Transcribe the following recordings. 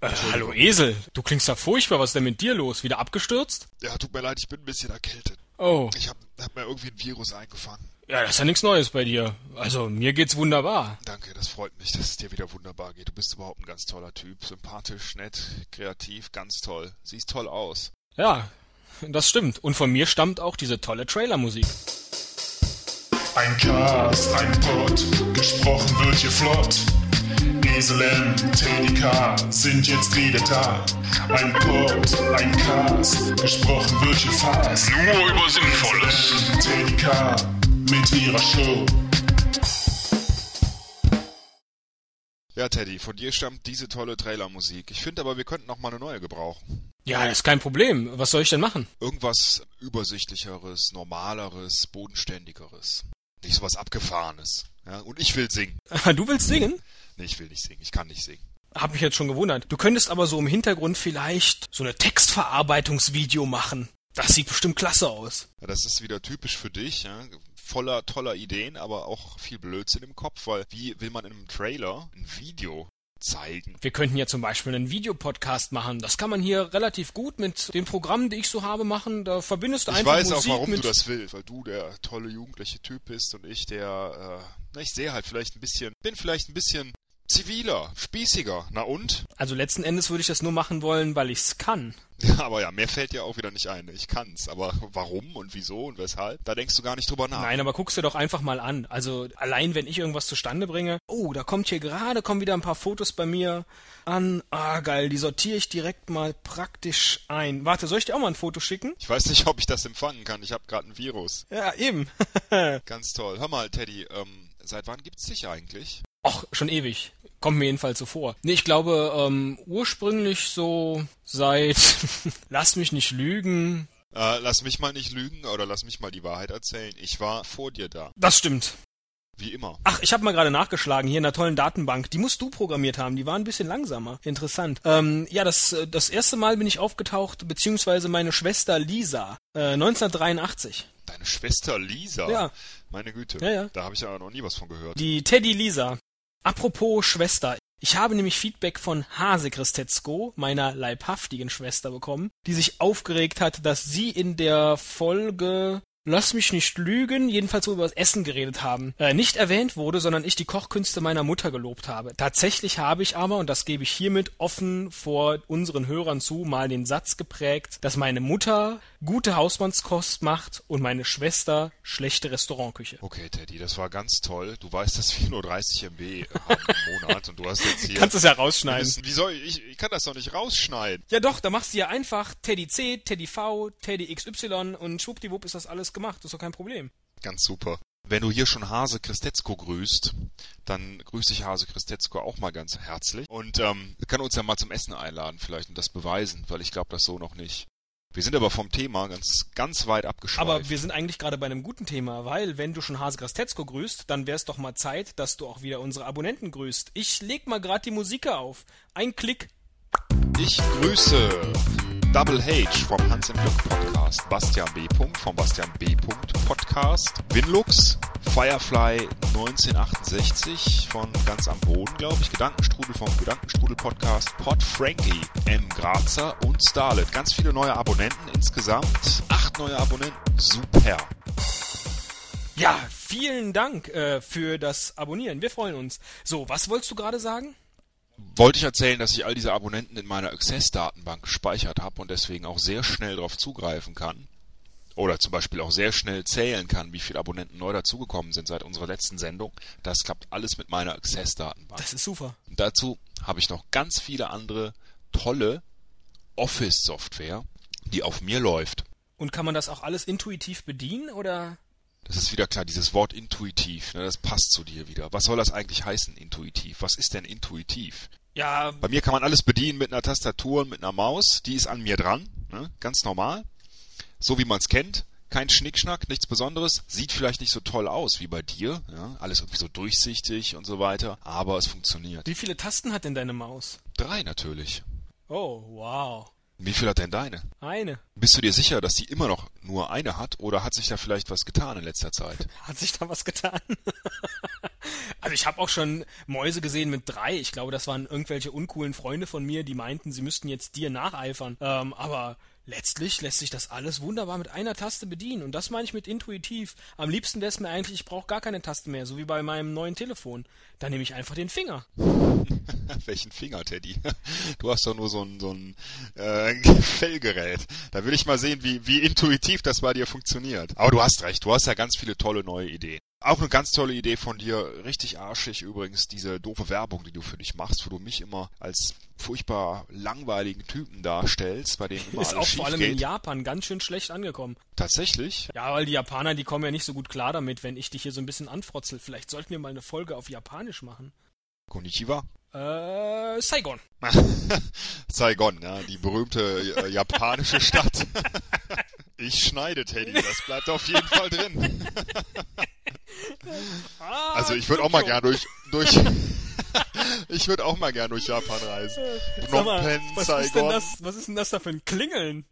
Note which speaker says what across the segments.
Speaker 1: Äh, hallo Esel, du klingst ja furchtbar, was ist denn mit dir los? Wieder abgestürzt?
Speaker 2: Ja, tut mir leid, ich bin ein bisschen erkältet.
Speaker 1: Oh,
Speaker 2: Ich hab, hab mir irgendwie ein Virus eingefangen.
Speaker 1: ja, das ist ja nichts Neues bei dir. Also, mir geht's wunderbar.
Speaker 2: Danke, das freut mich, dass es dir wieder wunderbar geht. Du bist überhaupt ein ganz toller Typ. Sympathisch, nett, kreativ, ganz toll. Siehst toll aus.
Speaker 1: Ja, das stimmt. Und von mir stammt auch diese tolle Trailermusik.
Speaker 3: Ein Cast, ein Pod, gesprochen wird hier flott. Esel M, Teddy K sind jetzt wieder da. Ein Pod, ein Cast, gesprochen wird hier fast.
Speaker 4: Nur über Sinnvolles.
Speaker 3: M, Teddy K mit ihrer Show.
Speaker 2: Ja, Teddy, von dir stammt diese tolle Trailermusik. Ich finde aber, wir könnten noch mal eine neue gebrauchen.
Speaker 1: Ja, das ist kein Problem. Was soll ich denn machen?
Speaker 2: Irgendwas übersichtlicheres, normaleres, bodenständigeres. Nicht sowas abgefahrenes. Ja, und ich will singen.
Speaker 1: Du willst singen?
Speaker 2: Nee, ich will nicht singen. Ich kann nicht singen.
Speaker 1: Hab mich jetzt schon gewundert. Du könntest aber so im Hintergrund vielleicht so eine Textverarbeitungsvideo machen. Das sieht bestimmt klasse aus.
Speaker 2: Ja, das ist wieder typisch für dich, ja? voller toller Ideen, aber auch viel Blödsinn im Kopf, weil wie will man in einem Trailer ein Video zeigen?
Speaker 1: Wir könnten ja zum Beispiel einen Videopodcast machen. Das kann man hier relativ gut mit den Programmen, die ich so habe, machen. Da verbindest du
Speaker 2: Ich
Speaker 1: einfach
Speaker 2: weiß auch,
Speaker 1: Musik
Speaker 2: warum
Speaker 1: mit
Speaker 2: du das willst, weil du der tolle jugendliche Typ bist und ich der, äh, na, ich sehe halt vielleicht ein bisschen, bin vielleicht ein bisschen ziviler, spießiger, na und?
Speaker 1: Also letzten Endes würde ich das nur machen wollen, weil ich's kann.
Speaker 2: Ja, aber ja, mir fällt ja auch wieder nicht ein, ich kann's, aber warum und wieso und weshalb, da denkst du gar nicht drüber nach.
Speaker 1: Nein, aber guck's dir doch einfach mal an. Also allein wenn ich irgendwas zustande bringe, oh, da kommt hier gerade, kommen wieder ein paar Fotos bei mir an. Ah, geil, die sortiere ich direkt mal praktisch ein. Warte, soll ich dir auch mal ein Foto schicken?
Speaker 2: Ich weiß nicht, ob ich das empfangen kann, ich habe gerade ein Virus.
Speaker 1: Ja, eben.
Speaker 2: Ganz toll. Hör mal, Teddy, ähm, seit wann gibt's dich eigentlich?
Speaker 1: Och, schon ewig. Kommt mir jedenfalls so vor. Nee, ich glaube, ähm, ursprünglich so seit, lass mich nicht lügen.
Speaker 2: Äh, lass mich mal nicht lügen oder lass mich mal die Wahrheit erzählen. Ich war vor dir da.
Speaker 1: Das stimmt.
Speaker 2: Wie immer.
Speaker 1: Ach, ich habe mal gerade nachgeschlagen hier in der tollen Datenbank. Die musst du programmiert haben. Die war ein bisschen langsamer. Interessant. Ähm, ja, das äh, das erste Mal bin ich aufgetaucht, beziehungsweise meine Schwester Lisa äh, 1983.
Speaker 2: Deine Schwester Lisa.
Speaker 1: Ja.
Speaker 2: Meine Güte.
Speaker 1: Ja, ja.
Speaker 2: Da habe ich ja noch nie was von gehört.
Speaker 1: Die Teddy Lisa. Apropos Schwester. Ich habe nämlich Feedback von Hase Christetzko, meiner leibhaftigen Schwester, bekommen, die sich aufgeregt hat, dass sie in der Folge Lass mich nicht lügen, jedenfalls wo wir über das Essen geredet haben, äh, nicht erwähnt wurde, sondern ich die Kochkünste meiner Mutter gelobt habe. Tatsächlich habe ich aber, und das gebe ich hiermit offen vor unseren Hörern zu, mal den Satz geprägt, dass meine Mutter gute Hausmannskost macht und meine Schwester schlechte Restaurantküche.
Speaker 2: Okay, Teddy, das war ganz toll. Du weißt, dass wir nur 30 MB haben im Monat und du hast jetzt hier.
Speaker 1: Kannst es ja rausschneiden.
Speaker 2: Wie soll ich, ich kann das doch nicht rausschneiden.
Speaker 1: Ja doch, da machst du ja einfach Teddy C, Teddy V, Teddy XY und schwuppdiwupp ist das alles gemacht. Das ist doch kein Problem.
Speaker 2: Ganz super. Wenn du hier schon Hase Christetzko grüßt, dann grüße ich Hase Christetzko auch mal ganz herzlich und ähm, kann uns ja mal zum Essen einladen vielleicht und das beweisen, weil ich glaube das so noch nicht. Wir sind aber vom Thema ganz ganz weit abgeschweift.
Speaker 1: Aber wir sind eigentlich gerade bei einem guten Thema, weil wenn du schon Hase Grastetzko grüßt, dann wär's doch mal Zeit, dass du auch wieder unsere Abonnenten grüßt. Ich leg mal gerade die Musik auf. Ein Klick.
Speaker 2: Ich grüße Double H vom Hans im Glück Podcast, Bastian B. vom Bastian B. Podcast, Winlux, Firefly 1968 von Ganz am Boden, glaube ich, Gedankenstrudel vom Gedankenstrudel Podcast, Pod Frankie, M. Grazer und Starlet. Ganz viele neue Abonnenten, insgesamt acht neue Abonnenten. Super.
Speaker 1: Ja, vielen Dank äh, für das Abonnieren. Wir freuen uns. So, was wolltest du gerade sagen?
Speaker 2: Wollte ich erzählen, dass ich all diese Abonnenten in meiner Access-Datenbank gespeichert habe und deswegen auch sehr schnell darauf zugreifen kann. Oder zum Beispiel auch sehr schnell zählen kann, wie viele Abonnenten neu dazugekommen sind seit unserer letzten Sendung. Das klappt alles mit meiner Access-Datenbank.
Speaker 1: Das ist super.
Speaker 2: Und dazu habe ich noch ganz viele andere tolle Office-Software, die auf mir läuft.
Speaker 1: Und kann man das auch alles intuitiv bedienen oder?
Speaker 2: Das ist wieder klar, dieses Wort intuitiv, ne, das passt zu dir wieder. Was soll das eigentlich heißen, intuitiv? Was ist denn intuitiv?
Speaker 1: Ja,
Speaker 2: Bei mir kann man alles bedienen mit einer Tastatur und mit einer Maus. Die ist an mir dran, ne? ganz normal. So wie man es kennt. Kein Schnickschnack, nichts Besonderes. Sieht vielleicht nicht so toll aus wie bei dir. Ja? Alles irgendwie so durchsichtig und so weiter. Aber es funktioniert.
Speaker 1: wie viele Tasten hat denn deine Maus?
Speaker 2: Drei natürlich.
Speaker 1: Oh, wow.
Speaker 2: Wie viel hat denn deine?
Speaker 1: Eine.
Speaker 2: Bist du dir sicher, dass sie immer noch nur eine hat? Oder hat sich da vielleicht was getan in letzter Zeit?
Speaker 1: Hat sich da was getan? Also ich habe auch schon Mäuse gesehen mit drei. Ich glaube, das waren irgendwelche uncoolen Freunde von mir, die meinten, sie müssten jetzt dir nacheifern. Ähm, aber letztlich lässt sich das alles wunderbar mit einer Taste bedienen. Und das meine ich mit intuitiv. Am liebsten wäre es mir eigentlich, ich brauche gar keine Taste mehr, so wie bei meinem neuen Telefon. Da nehme ich einfach den Finger.
Speaker 2: Welchen Finger, Teddy? Du hast doch nur so ein, so ein äh, Fellgerät. Da will ich mal sehen, wie, wie intuitiv das bei dir funktioniert. Aber du hast recht, du hast ja ganz viele tolle neue Ideen. Auch eine ganz tolle Idee von dir, richtig arschig übrigens, diese doofe Werbung, die du für dich machst, wo du mich immer als furchtbar langweiligen Typen darstellst, bei denen immer
Speaker 1: Ist
Speaker 2: alles
Speaker 1: auch
Speaker 2: schief
Speaker 1: vor allem
Speaker 2: geht.
Speaker 1: in Japan ganz schön schlecht angekommen.
Speaker 2: Tatsächlich?
Speaker 1: Ja, weil die Japaner, die kommen ja nicht so gut klar damit, wenn ich dich hier so ein bisschen anfrotzel. Vielleicht sollten wir mal eine Folge auf Japanisch machen.
Speaker 2: Konnichiwa.
Speaker 1: Äh, Saigon.
Speaker 2: Saigon, ja, die berühmte äh, japanische Stadt. Ich schneide, Teddy, das bleibt auf jeden Fall drin.
Speaker 1: Ah,
Speaker 2: Also ich würde auch mal
Speaker 1: Tokio.
Speaker 2: gern durch, durch ich würde auch mal gern durch Japan reisen.
Speaker 1: Ah, Sag
Speaker 2: Phnom
Speaker 1: mal,
Speaker 2: Penh,
Speaker 1: was ist denn
Speaker 2: Saigon.
Speaker 1: das, was ist denn das da für ein Klingeln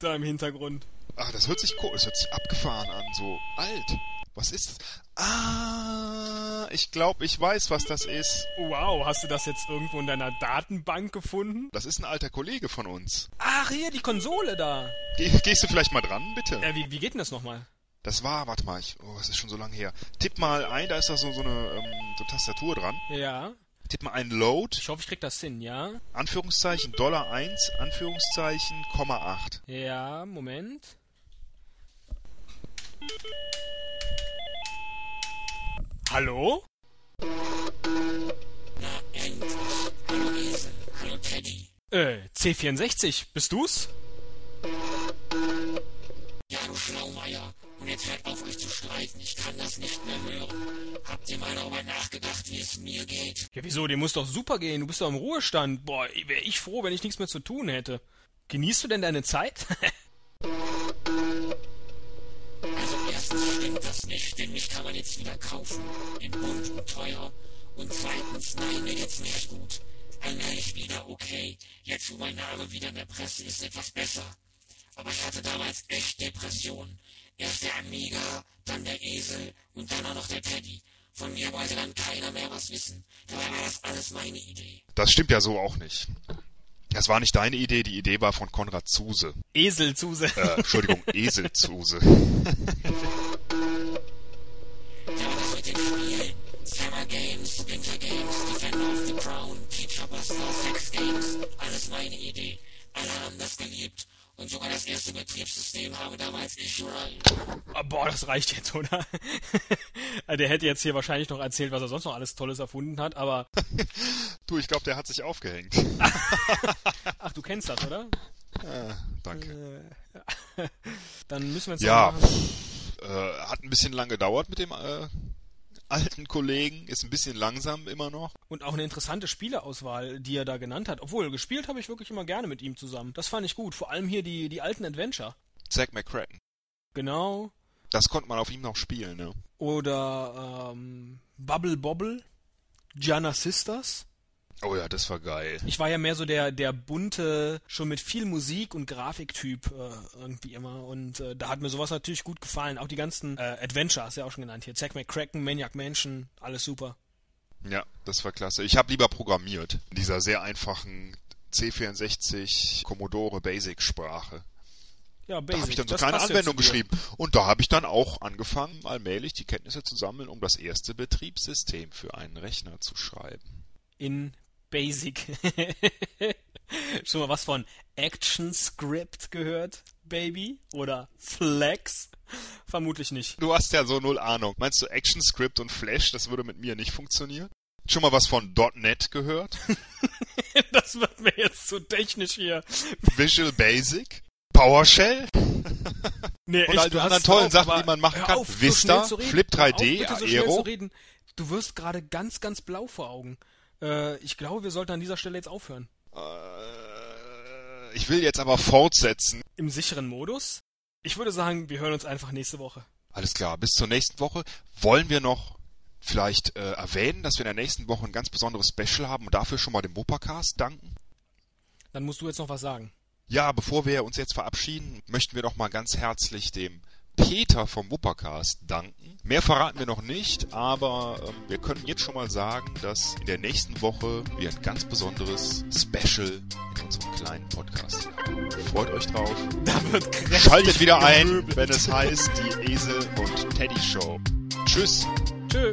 Speaker 1: da im Hintergrund?
Speaker 2: Ah, das hört sich cool, das hört sich abgefahren an, so alt. Was ist das? Ah, ich glaube, ich weiß, was das ist.
Speaker 1: Wow, hast du das jetzt irgendwo in deiner Datenbank gefunden?
Speaker 2: Das ist ein alter Kollege von uns.
Speaker 1: Ach, hier, die Konsole da.
Speaker 2: Geh, gehst du vielleicht mal dran, bitte?
Speaker 1: Äh, wie, wie geht denn das nochmal?
Speaker 2: Das war, warte mal, ich, oh, es ist schon so lange her. Tipp mal ein, da ist da so, so eine ähm, so Tastatur dran.
Speaker 1: Ja,
Speaker 2: Tipp mal ein Load,
Speaker 1: ich hoffe, ich krieg das hin, ja?
Speaker 2: Anführungszeichen, Dollar 1, Anführungszeichen, Komma 8.
Speaker 1: Ja, Moment. Hallo? Äh, C64, bist du's? Ja, du Schlaumeier, und jetzt hört auf, mich zu streiten. Ich kann das nicht mehr hören. Habt ihr mal darüber nachgedacht, wie es mir geht? Ja, wieso? Dem muss doch super gehen. Du bist doch im Ruhestand. Boah, wäre ich froh, wenn ich nichts mehr zu tun hätte. Genießt du denn deine Zeit?
Speaker 2: Das stimmt ja so auch nicht. Das war nicht deine Idee, die Idee war von Konrad Zuse.
Speaker 1: Esel Zuse.
Speaker 2: Äh, Entschuldigung, Esel Zuse.
Speaker 1: Ah, boah, das reicht jetzt, oder? Ah, Der hätte jetzt hier wahrscheinlich noch erzählt, was er sonst noch alles Tolles erfunden hat, aber
Speaker 2: Du, ich glaube, der hat sich aufgehängt.
Speaker 1: ach, du kennst das, oder?
Speaker 2: Danke.
Speaker 1: Dann müssen wir jetzt
Speaker 2: Ja,
Speaker 1: noch machen.
Speaker 2: Äh, hat ein bisschen lang gedauert mit dem äh, alten Kollegen, ist ein bisschen langsam immer noch.
Speaker 1: und auch eine interessante Spieleauswahl, die er da genannt hat. Obwohl gespielt habe ich wirklich immer gerne mit ihm zusammen. Das fand ich gut, vor allem hier die die alten Adventure.
Speaker 2: Zack McCracken.
Speaker 1: Genau.
Speaker 2: Das konnte man auf ihm noch spielen, ne?
Speaker 1: Oder ähm, Bubble Bobble, Gianna Sisters.
Speaker 2: Oh ja, das war geil.
Speaker 1: Ich war ja mehr so der, der bunte, schon mit viel Musik und Grafiktyp äh, irgendwie immer. Und äh, da hat mir sowas natürlich gut gefallen. Auch die ganzen äh, Adventure, hast du ja auch schon genannt hier. Zack McCracken, Maniac Mansion, alles super.
Speaker 2: Ja, das war klasse. Ich habe lieber programmiert in dieser sehr einfachen C64 Commodore Basic Sprache. Da
Speaker 1: Ja, Basic.
Speaker 2: habe ich dann so
Speaker 1: das
Speaker 2: keine
Speaker 1: passt ja
Speaker 2: Anwendung
Speaker 1: zu dir.
Speaker 2: geschrieben. Und da habe ich dann auch angefangen, allmählich die Kenntnisse zu sammeln, um das erste Betriebssystem für einen Rechner zu schreiben.
Speaker 1: In Basic. schon mal was von Action Script gehört, Baby? Oder Flex? Vermutlich nicht.
Speaker 2: Du hast ja so null Ahnung. Meinst du ActionScript und Flash, das würde mit mir nicht funktionieren? Schon mal was von .NET gehört?
Speaker 1: Das wird mir jetzt zu technisch hier.
Speaker 2: Visual Basic? PowerShell?
Speaker 1: Nee,
Speaker 2: Und all die anderen
Speaker 1: hast
Speaker 2: tollen
Speaker 1: drauf,
Speaker 2: Sachen,
Speaker 1: aber
Speaker 2: die man machen
Speaker 1: hör
Speaker 2: kann.
Speaker 1: Auf, so
Speaker 2: Vista,
Speaker 1: schnell zu reden.
Speaker 2: Flip
Speaker 1: Hör auf,
Speaker 2: 3D,
Speaker 1: bitte so schnell
Speaker 2: Aero.
Speaker 1: zu reden. Du wirst gerade ganz, ganz blau vor Augen. Äh, ich glaube, wir sollten an dieser Stelle jetzt aufhören.
Speaker 2: Äh, Ich will jetzt aber fortsetzen.
Speaker 1: Im sicheren Modus? Ich würde sagen, wir hören uns einfach nächste Woche.
Speaker 2: Alles klar, bis zur nächsten Woche. Wollen wir noch vielleicht äh, erwähnen, dass wir in der nächsten Woche ein ganz besonderes Special haben und dafür schon mal dem Wuppercast danken?
Speaker 1: Dann musst du jetzt noch was sagen.
Speaker 2: Ja, bevor wir uns jetzt verabschieden, möchten wir doch mal ganz herzlich dem Peter vom Wuppercast danken. Mehr verraten wir noch nicht, aber ähm, wir können jetzt schon mal sagen, dass in der nächsten Woche wir ein ganz besonderes Special in unserem kleinen Podcast haben. Freut euch drauf.
Speaker 1: Da wird kräftig
Speaker 2: Schaltet wieder ein,
Speaker 1: gemöbelt.
Speaker 2: wenn es heißt die Esel und Teddy Show. Tschüss.
Speaker 1: Tschö.